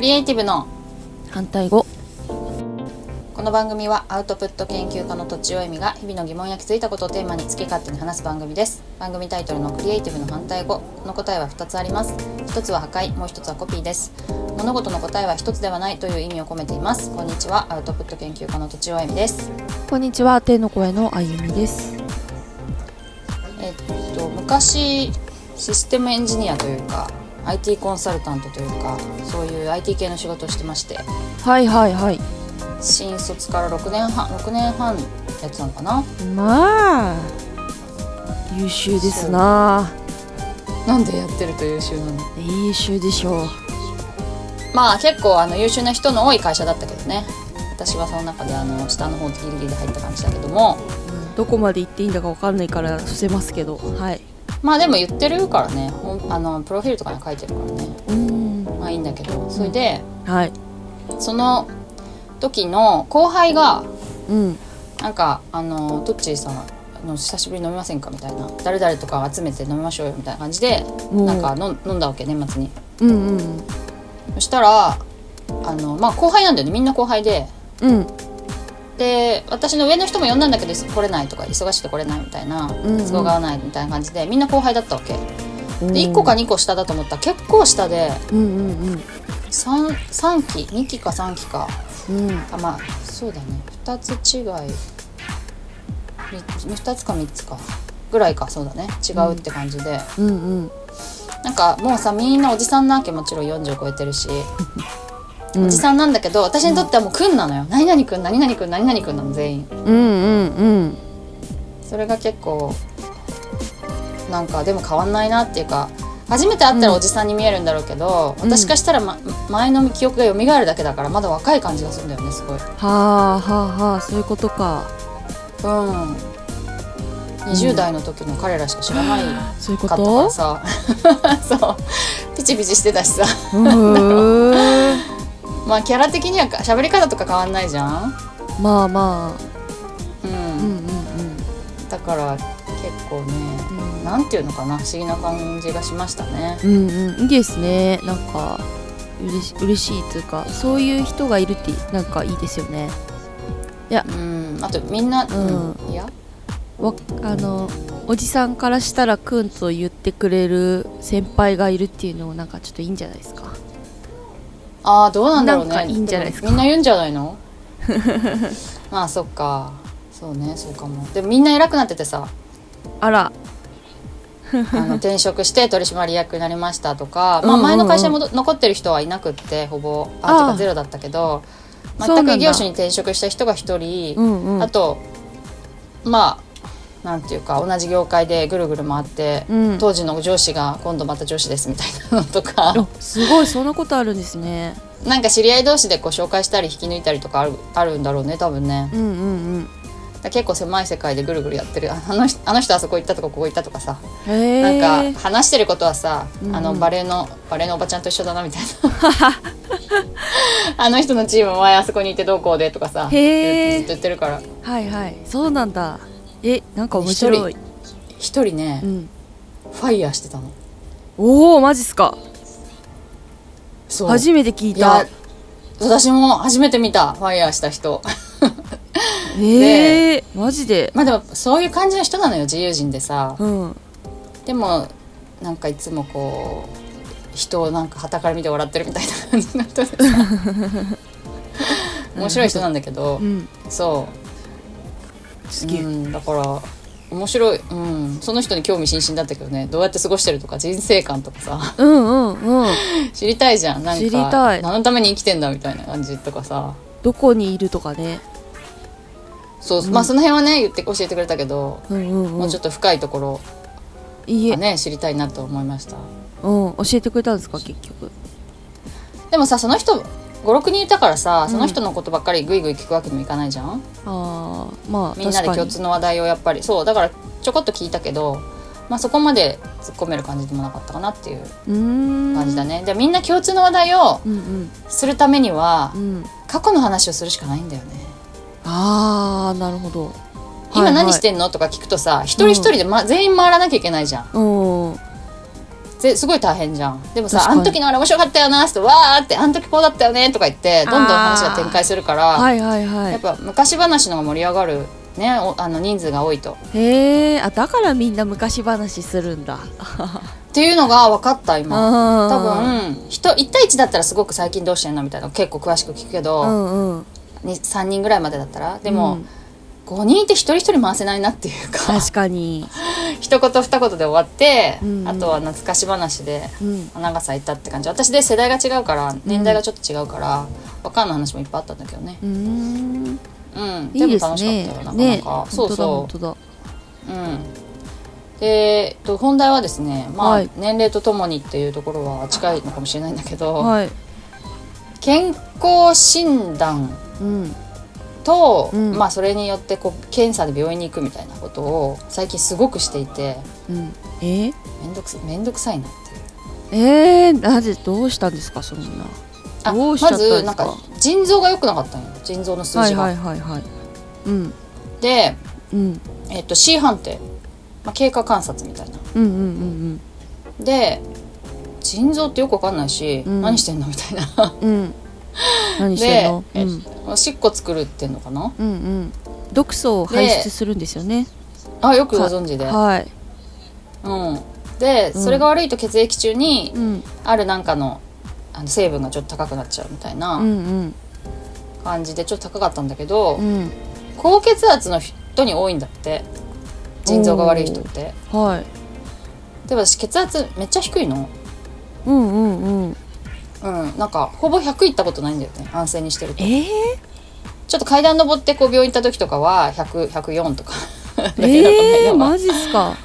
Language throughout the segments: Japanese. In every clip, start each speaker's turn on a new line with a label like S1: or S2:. S1: リエイティブの
S2: 反対語
S1: この番組はアウトプット研究家のとちおえみが日々の疑問や気づいたことをテーマに好き勝手に話す番組です番組タイトルのクリエイティブの反対語の答えは2つあります1つは破壊もう1つはコピーです物事の答えは1つではないという意味を込めていますこんにちはアウトプット研究家のとちおえみです
S2: こんにちは天の声のあゆみです
S1: えっと昔システムエンジニアというか IT コンサルタントというかそういう IT 系の仕事をしてまして
S2: はいはいはい
S1: 新卒から6年半6年半やってたのかな
S2: まあ優秀ですな
S1: なんでやってると優秀なの
S2: 優秀でしょう
S1: まあ結構あの優秀な人の多い会社だったけどね私はその中であの下の方ギリギリで入った感じだけども
S2: どこまで行っていいんだかわかんないから伏せますけどはい
S1: まあでも言ってるからねほんあのプロフィールとかに書いてるからね
S2: うん
S1: まあいいんだけどそれで
S2: はい
S1: その時の後輩が
S2: うん
S1: なんかあのトッチーさんあの久しぶりに飲みませんかみたいな誰々とか集めて飲みましょうよみたいな感じで
S2: うん
S1: なんかの飲んだわけ年末に
S2: うんうん
S1: そしたらあのまあ後輩なんだよねみんな後輩で
S2: うん
S1: で私の上の人も呼んだんだけど来れないとか忙しくて来れないみたいな
S2: うんうん
S1: 都合が合わないみたいな感じでみんな後輩だったわけ
S2: うん
S1: で1個か2個下だと思ったら結構下で
S2: うんうんうん
S1: 3, 3期2期か3期か
S2: うん
S1: あまあそうだね2つ違い2つか3つかぐらいかそうだね違うって感じで、
S2: うんうん
S1: なんかもうさみんなおじさんなわけもちろん40超えてるし、
S2: うん
S1: おじさんなんだけど私にとってはもうくんなのよ何々くん何々くん何々くんなの全員
S2: うんうん
S1: それが結構なんかでも変わんないなっていうか初めて会ったらおじさんに見えるんだろうけど、
S2: うん
S1: 私からしたら、ま、前の記憶が蘇るだけだからまだ若い感じがするんだよねすごい。
S2: はあはあはあそういうことか
S1: うん20代の時の彼らしか知らないか
S2: そういうこ
S1: ったから
S2: と
S1: さ、 そうピチピチしてたしさ
S2: うーん
S1: まあキャラ的にはか喋り方とか変わんないじゃん、
S2: まあま
S1: う
S2: あ
S1: ん
S2: うんうんうん
S1: だから結構ねなんていうのかな不思議な感じがしましたね
S2: うんうん、いいですねなんか嬉し嬉しいっていうかそういう人がいるってなんかいいですよね
S1: うんあとみんな、うんいや
S2: わあのおじさんからしたらくんと言ってくれる先輩がいるっていうのもなんかちょっといいんじゃないですか
S1: ああどうなんだろうね
S2: なんかいいんじゃないですか
S1: もみんな言うんじゃない のまあそっかそうねそうかもでもみんな偉くなっててさ
S2: あら
S1: あ の転職して取締役になりましたとか、ま
S2: う
S1: あ、
S2: んうんうん
S1: 前の会社に戻残ってる人はいなくってほぼ
S2: あ
S1: あ
S2: ー
S1: とかゼロだったけど
S2: そうな
S1: 全
S2: んだ
S1: く異業種に転職した人が1人、
S2: うんうん
S1: あとまあなんていうか同じ業界でぐるぐる回って、
S2: うん
S1: 当時の上司が今度また上司ですみたいなのとか
S2: あすごいそんなことあるんですね
S1: なんか知り合い同士でこう紹介したり引き抜いたりとかあるあるんだろうね多分ね。
S2: うんうん
S1: だから結構狭い世界でぐるぐるやってるああの人あの人あそこ行ったとかここ行ったとかさ
S2: うんへえ
S1: なんか話してることはさ、
S2: うん
S1: あのバレエのバレエのおばちゃんと一緒だな みたいなあの人のチーム前あそこにいてどうこうでとかさ
S2: へ
S1: ず
S2: ー
S1: っと言ってるから
S2: はいはいそうなんだえなんか面白い、
S1: 一人ね、
S2: うん、
S1: ファイヤーしてたの
S2: おおマジっすか
S1: そう
S2: 初めて聞い
S1: いや
S2: た
S1: 私も初めて見たファイヤーした人
S2: ええマジで
S1: まあでもそういう感じの人なのよ自由人でさ
S2: うん
S1: でもなんかいつもこう人をなんか傍から見て笑ってるみたいな感じの人 でさ面白い人なんだけど
S2: うん
S1: そう
S2: すげえ
S1: うん、だから面白い、うん、その人に興味津々だったけどねどうやって過ごしてるとか人生観とかさ
S2: うんうんうん
S1: 知りたいじゃんなんか
S2: 知りたい
S1: 何のために生きてんだみたいな感じとかさ
S2: どこにいるとかね
S1: そう、まあその辺はね言って教えてくれたけど、
S2: うんうん
S1: も
S2: う
S1: うんちょっと深いところ
S2: いいえ、
S1: がね知りたいなと思いました
S2: うん、教えてくれたんですか結局
S1: でもさその人56人いたからさその人のことばっかりグイグイ聞くわけにもいかないじゃん、
S2: ああまあ
S1: みんなで
S2: 確か
S1: 共
S2: に
S1: 通の話題をやっぱりそうだからちょこっと聞いたけど、まあ、そこまで突っ込める感じでもなかったかなっていう
S2: うーん
S1: 感じだね、じゃあみんな共通の話題を
S2: うんうん
S1: するためには、
S2: うん
S1: 過去の話をするしかないんだよね。
S2: ああなるほど
S1: 今何しててんのとか聞くとさ一人一人で、ま全員回らなきゃいけないじゃん。
S2: うんうん
S1: ですごい大変じゃんでもさ「あ
S2: 確かに
S1: の時のあれ面白かったよな」って「わー」って「あの時こうだったよね」とか言ってどんどん話が展開するから、
S2: はいはいは
S1: やっ
S2: い
S1: ぱ昔話の方が盛り上がる、ね、おあの人数が多いと。
S2: へえあだからみんな昔話するんだ
S1: っていうのが分かった今
S2: あ
S1: 多分人1対1だったらすごく最近どうしてんのみたいなの結構詳しく聞くけ
S2: う
S1: ど、
S2: んうん
S1: に3人ぐらいまでだったらで
S2: う
S1: も、
S2: ん
S1: 5人いて一人一人回せないなっていうか
S2: 確かに
S1: 一言二言で終わって、
S2: うん
S1: あとは懐かし話で
S2: うん
S1: 長さいったって感じ私で世代が違うから年代がちょっと違うから、分かんない話もいっぱいあったんだけどね
S2: うーん
S1: うん
S2: いい
S1: も
S2: で
S1: 楽
S2: す
S1: しかったよ
S2: ね
S1: なかなか、
S2: ね
S1: そ
S2: 本
S1: うそ
S2: 当だ本
S1: う
S2: 当だ
S1: うん、で、えっと、本題はですね、まあ
S2: はい
S1: 年齢とともにっていうところは近いのかもしれないんだけど、
S2: はい
S1: 健康診断
S2: うん
S1: と、
S2: うん
S1: まあ、それによってこう検査で病院に行くみたいなことを最近すごくしていて
S2: うんえ
S1: めんどくさめんどくさいなっていう
S2: えー、なぜどうしたんですかそんな
S1: あ
S2: どうしちゃ
S1: ま
S2: ったんですか
S1: ずなんか腎臓が良くなかったんよ腎臓の数
S2: は
S1: 字
S2: い
S1: が。
S2: はいはいはいうん
S1: で、
S2: うん
S1: えっと C 判定、まあ、経過観察みたいな。
S2: うんうんうん
S1: で腎臓ってよくわかんないし、
S2: うん
S1: 何してんのみたいな。
S2: うんうん何してんのう
S1: で、
S2: ん
S1: おしっこ作るってんのかな
S2: うんうん毒素を排出するんですよね
S1: あよくご存知で、
S2: はい
S1: うん、で、
S2: うん
S1: それが悪いと血液中に
S2: うん
S1: あるなんかのあの成分がちょっと高くなっちゃうみたい
S2: うん
S1: な
S2: うん
S1: 感じでちょっと高かったんだけど、
S2: うん
S1: 高血圧の人に多いんだって腎臓が悪い人って
S2: はい
S1: で私血圧めっちゃ低いの
S2: うんうんうん
S1: うんなんかほぼ100いったことないんだよね安静にしてると
S2: ええ
S1: ちょっと階段登ってこう病院行った時とかは100104とかだけだったんだけど、
S2: ええー、マジっすか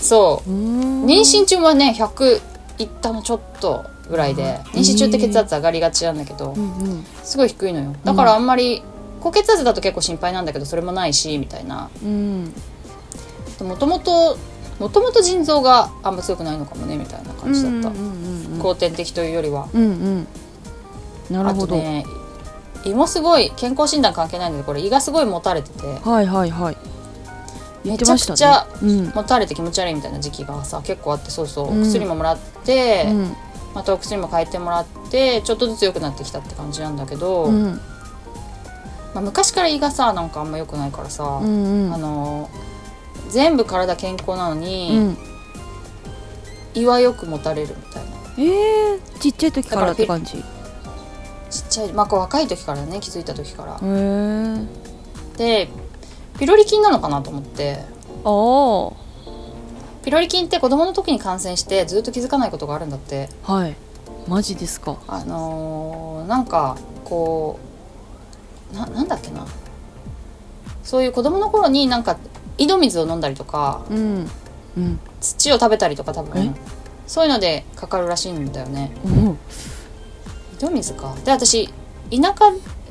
S1: そう
S2: うーん
S1: 妊娠中はね100いったのちょっとぐらいで
S2: うん
S1: 妊娠中って血圧上がりがちなんだけど、
S2: うんうん
S1: すごい低いのよだからあんまり高血圧だと結構心配なんだけどそれもないしみたいな
S2: うん
S1: もともともともと腎臓があんま強くないのかもねみたいな感じだった、
S2: うんうんうんうん
S1: 後天的というよりは
S2: うんうんなる
S1: あ
S2: ほ
S1: と
S2: ど、
S1: ね胃もすごい健康診断関係ないんだけどこれ胃がすごいもたれてて
S2: はいはいはい言
S1: め
S2: って
S1: ちゃ
S2: ま
S1: く
S2: したね
S1: ちゃ
S2: うん
S1: もたれて気持ち悪いみたいな時期がさ結構あってそうそう、
S2: うん
S1: お薬ももらって、
S2: うん
S1: またお薬も変えてもらってちょっとずつ良くなってきたって感じなんだけど、
S2: うん
S1: まあ、昔から胃がさなんかあんま良くないからさ、
S2: うん
S1: あの全部体健康なの
S2: う
S1: に、
S2: ん
S1: 胃はよくもたれるみたいな
S2: ええー、ちっちゃい時からって感じへ
S1: ちっちゃい、まあ、こう若い時からね気づいた時から
S2: え、ー、
S1: でピロリ菌なのかなと思って
S2: あ
S1: ピロリ菌って子供の時に感染してずっと気づかないことがあるんだって
S2: あはいマジですか
S1: あのーなんかこうななんだっけなそういう子供の頃になんか井戸水を飲んだりとか
S2: うんうん
S1: 土を食べたりとか多
S2: え
S1: 分そういうのでかかるらしいんだよね
S2: うん
S1: 井戸水かで私田舎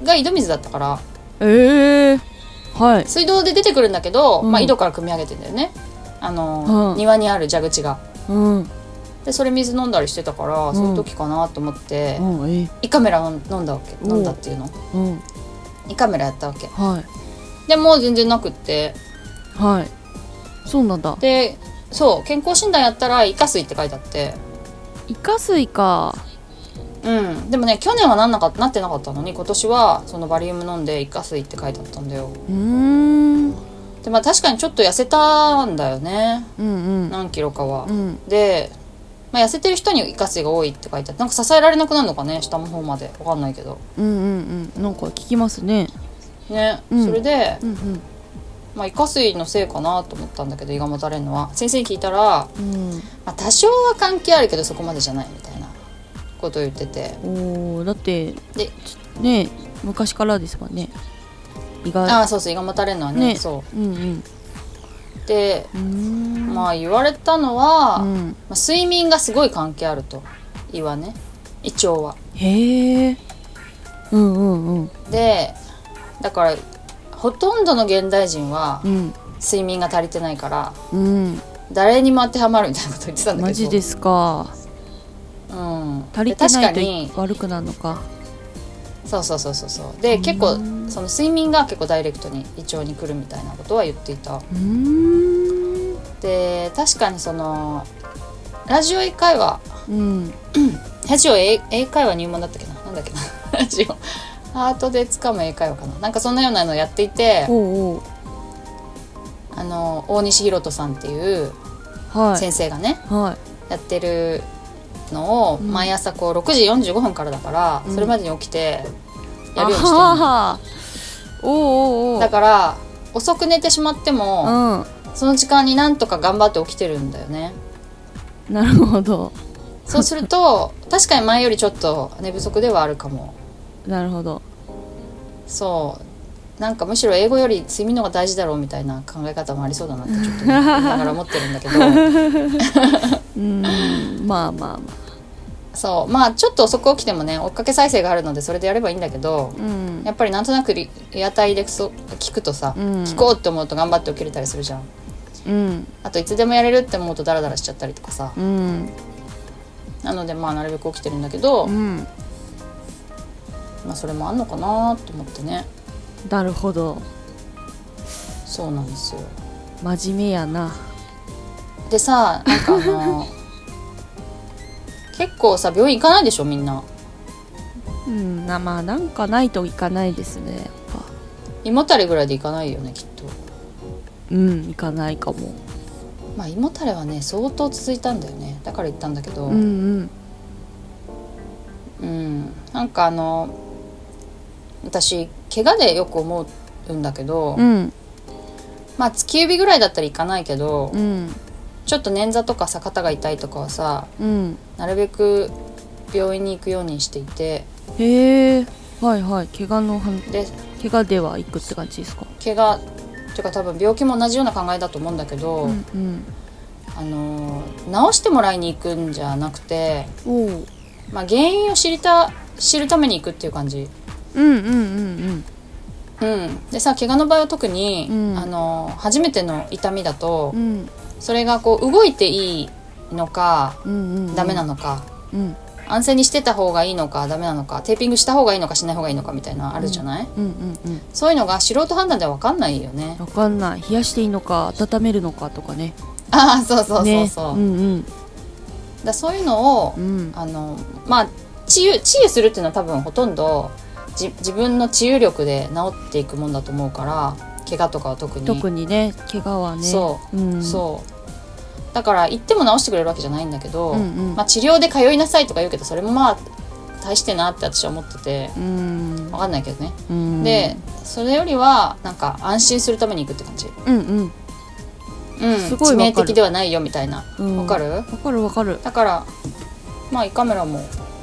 S1: が井戸水だったから
S2: ええー、はい
S1: 水道で出てくるんだけど、
S2: うん
S1: まあ、井戸から汲み上げてんだよねあの、
S2: うん
S1: 庭にある蛇口が
S2: うんうん
S1: でそれ水飲んだりしてたから、
S2: ん
S1: そういう時かなと思って、
S2: えー
S1: 胃カメラ飲んだわけ
S2: う
S1: 飲
S2: ん
S1: んだっていうの
S2: うん
S1: 胃カメラやったわけ
S2: はい
S1: でもう全然なくって
S2: はいそうなんだ
S1: でそう健康診断やったら胃下垂って書いてあって
S2: イカ水か
S1: うんでもね去年はなんなかなってなかったのに今年はそのバリウム飲んで胃下垂って書いてあったんだよ
S2: うーんうん
S1: でまあ確かにちょっと痩せたんだよね
S2: うん
S1: 何キロかは、
S2: うん
S1: で、まあ、痩せてる人にイカ水が多いって書いてあってなんか支えられなくなるのかね下の方までわかんないけど
S2: うんうんうんなんか聞きますね
S1: ね、
S2: うん
S1: それで、
S2: うんうん
S1: まあ、イカ水のせいかなと思ったんだけど胃がもたれるのは先生に聞いたら、ま
S2: うん
S1: あ、多少は関係あるけどそこまでじゃないみたいなことを言ってて
S2: おーだって
S1: で
S2: ね昔からですもんね意外
S1: ああそうそう胃がもたれるのはね
S2: ね
S1: そ
S2: うんうん
S1: うで
S2: うーん
S1: まあ言われたのは、ま
S2: うん、
S1: あ、睡眠がすごい関係あると胃はね胃腸は
S2: へえうんうんうん
S1: でだからほとんどの現代人は
S2: うん
S1: 睡眠が足りてないから
S2: うん
S1: 誰にも当てはまるみたいなこと言ってたんだけど、
S2: マジですすか
S1: うん、
S2: 足
S1: で
S2: りてな
S1: 確か
S2: い
S1: に
S2: と悪くなるのか
S1: そうそうそうそうそうで結構その睡眠が結構ダイレクトに胃腸に来るみたいなことは言っていた
S2: うーん
S1: で確かにそのラジオ英会話
S2: うん
S1: ラジオ英英会話入門だったっけななんだっけ なラジオハートでつかむ英会話かななんかそんなようなのやっていて
S2: おうおう
S1: あの大西博人さんっていう
S2: はい
S1: 先生がね、
S2: は
S1: やってるのを
S2: うん
S1: 毎朝こう6時45分からだから、
S2: うん
S1: それまでに起きて
S2: い
S1: やるようにして
S2: あは
S1: る
S2: はおうおうおう
S1: だから遅く寝てしまっても、その時間になんとか頑張って起きてるんだよね
S2: うんなるほど
S1: そうする と確かに前よりちょっと寝不足ではあるかも
S2: なるほど
S1: そうなんかむしろ英語より睡眠の方が大事だろうみたいな考え方もありそうだなってちょっと思 いながら思ってるんだけど
S2: うんまあまあまあ
S1: そうまあちょっと遅く起きてもね追っかけ再生があるのでそれでやればいいんだけど
S2: うん
S1: やっぱりなんとなくリリアタイでそ聞くとさ、
S2: うん
S1: 聞こうって思うと頑張って起きれたりするじゃん
S2: うん
S1: あといつでもやれるって思うとダラダラしちゃったりとかさ
S2: うん
S1: なのでまあなるべく起きてるんだけど、
S2: うん
S1: まあそれもあんのかなと思ってね
S2: なるほど
S1: そうなんですよ
S2: 真面目やな
S1: でさなんかあ の結構さ病院行かないでしょみんな
S2: うんなまあなんかないといかないですねやっぱ
S1: 胃もたれぐらいで行かないよねきっと
S2: うんいかないかも
S1: まあ胃もたれはね相当続いたんだよねだから行ったんだけど
S2: うんうん
S1: うんなんかあの私怪我でよく思うんだけど、
S2: うん
S1: まあ月指ぐらいだったら行かないけど、
S2: うん
S1: ちょっと捻挫とかさ肩が痛いとかはさ
S2: うん
S1: なるべく病院に行くようにしていて
S2: へえはいはい怪我の話
S1: で
S2: 怪我では行くって感じですか
S1: 怪我っていうか多分病気も同じような考えだと思うんだけど、
S2: うんうん
S1: あの治してもらいに行くんじゃなくて、
S2: おう
S1: まあ、原因を知りた知るために行くっていう感じ。
S2: うんうんうん
S1: うん、でさ怪我の場合は特に、
S2: うん
S1: あの初めての痛みだと、
S2: うんうん
S1: それがこう動いていいのか
S2: うんうん
S1: ダメなの
S2: の
S1: か、
S2: うん
S1: 安静にしてた方がいいのかダメなのかテーピングした方がいいのかしない方がいいのかみたいなあるじゃない、
S2: うんうんうん
S1: そういうのが素人判断では分かんないよね。
S2: わかんない冷やしていいのか温めるのかとかね
S1: ああそうそうそうそう。
S2: ねうん
S1: だそういうのを、
S2: うんうん
S1: あのまあ治癒治癒するっていうのは多分ほとんどじ自分の治癒力で治っていくもんだと思うから怪我とかは特に。
S2: 特にね怪我はね、
S1: そう
S2: ん、
S1: そうだから行っても治してくれるわけじゃないんだけど、
S2: うんうん
S1: まあ、治療で通いなさいとか言うけどそれもまあ大してなって私は思ってて
S2: うん
S1: 分かんないけどね、
S2: うん
S1: でそれよりはなんか安心するために行くって感じ、
S2: うんうん
S1: うん、
S2: す
S1: 致
S2: ごいわかる
S1: 命的ではないよみたいな
S2: うん
S1: わかる、
S2: わかるわかる、
S1: だからまあ胃カメラも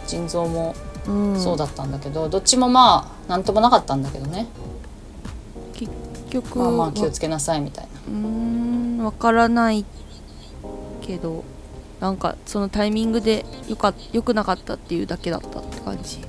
S1: 腎臓も
S2: うん、
S1: そうだったんだけど、どっちもまあなんともなかったんだけどね、
S2: 結局
S1: まあまあ気をつけなさいみたいな
S2: うーんわからないけどなんかそのタイミングでよかよくなかったっていうだけだったって感じ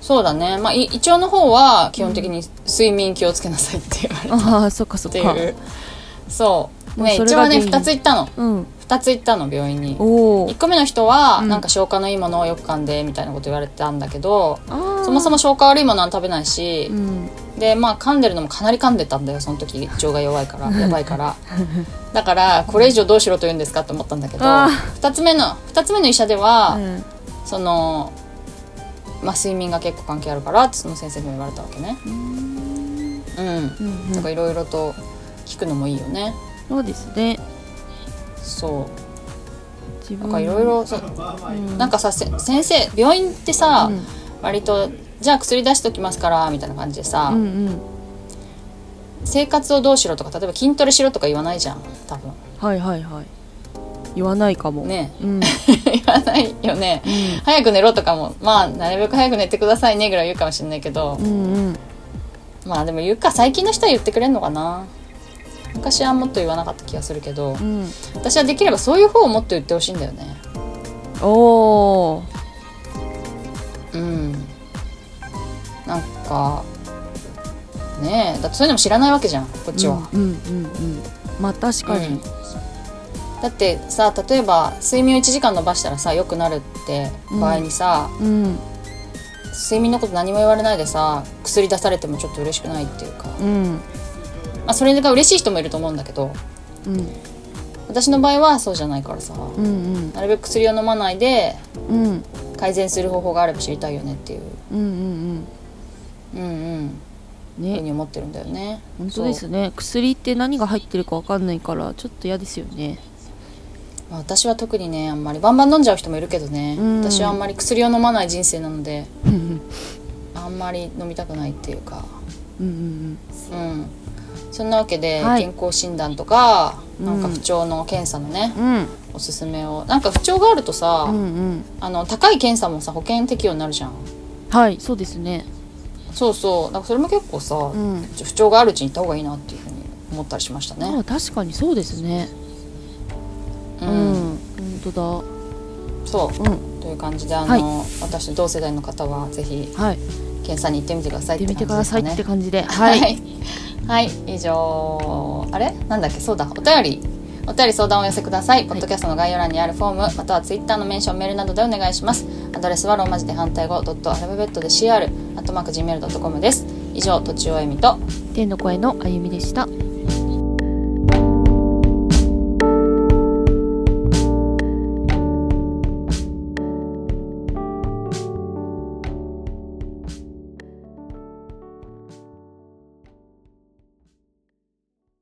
S1: そうだねまあい胃腸の方は基本的に睡眠気をつけなさいって言われて
S2: ああそっかそ
S1: っ
S2: ってか
S1: いう そう
S2: もう
S1: ね
S2: それ
S1: 一
S2: が
S1: 応ね
S2: 原因
S1: 2つ行ったの
S2: うん
S1: 2つ行ったの病院に
S2: おお
S1: 1個目の人は、
S2: うん
S1: なんか消化のいいものをよく噛んでみたいなこと言われてたんだけど
S2: そ
S1: そもそも消化悪いものは食べないし
S2: う、ん
S1: でまあ噛んでるのもかなり噛んでたんだよその時胃腸が弱いからやばい からだからこれ以上どうしろと言うんですかって思ったんだけど
S2: あ
S1: 2つ目の二つ目の医者では、
S2: うん
S1: そのまあ睡眠が結構関係あるからってその先生にも言われたわけねうん、
S2: うんう
S1: なん
S2: ん
S1: かいろいろと聞くのもいいよね
S2: そうですね
S1: そう
S2: 自
S1: な
S2: 分
S1: んかいろいろそう
S2: うん
S1: なんかさせ先生病院ってさ、
S2: うん
S1: 割とじゃあ薬出しときますからみたいな感じでさ、
S2: うんうん
S1: 生活をどうしろとか例えば筋トレしろとか言わないじゃん多分
S2: はいはいはい言わないかも
S1: ね
S2: う ん
S1: 言わないよね、早く寝ろとかもまあなるべく早く寝てくださいねぐらい言うかもしれないけど
S2: う、んうん
S1: まあでも言うか最近の人は言ってくれるのかな昔はもっと言わなかった気がするけど
S2: うん
S1: 私はできればそういう方をもっと言ってほしいんだよね
S2: おお
S1: うんなんかねえだってそういうのも知らないわけじゃんこっちは、
S2: うんうんうんうんまあ確かに
S1: だってさ例えば睡眠を1時間伸ばしたらさ良くなるって場合にさ、
S2: うん
S1: 睡眠のこと何も言われないでさ薬出されてもちょっと嬉しくないっていうか、ま
S2: うん
S1: あ、それが嬉しい人もいると思うんだけど
S2: うん
S1: 私の場合はそうじゃないからさ
S2: うん
S1: なるべく薬を飲まないで
S2: うんうん
S1: 改善する方法があれば知りたいよねっていう
S2: うんうん
S1: うんうん
S2: うん
S1: ふう
S2: ね
S1: に思ってるんだよね
S2: 本当ですね薬って何が入ってるかわかんないからちょっと嫌ですよね
S1: そうまあ私は特にねあんまりバンバン飲んじゃう人もいるけどね、
S2: うん
S1: 私はあんまり薬を飲まない人生なの で
S2: うんうん
S1: あんまり飲みたくないっていうか
S2: うん
S1: うんそんなわけで、
S2: はい
S1: 健康診断とか
S2: うん
S1: なんか不調の検査のね、
S2: うんうん
S1: おすすめをなんか不調があるとさ、
S2: うんうん
S1: あの高い検査もさ保険適用になるじゃん
S2: はいそうですね
S1: そうそうなんかそれも結構さ、
S2: うん
S1: 不調があるうちに行った方がいいなっていうふうに思ったりしましたね
S2: あ確かにそうですね
S1: う、
S2: うんん本当
S1: そう
S2: だうん
S1: という感じであの、
S2: はい
S1: 私と同世代の方はぜひ
S2: はい
S1: 検査に行ってみてください
S2: や
S1: っ
S2: って
S1: て
S2: み
S1: 感じで
S2: てくだ
S1: す
S2: さ
S1: か
S2: いっ
S1: ね
S2: て感じでは
S1: はいい、はい、以上あれなんだっけそうだお便りお便り相談をお寄せください、ポッドキャストの概要欄にあるフォームまたはツイッターのメンションメールなどでお願いしますアドレスはローマ字で反対語ドットアルファベットで CR アットマーク Gmail.com です以上とちおえみと
S2: 天の声のあゆみでした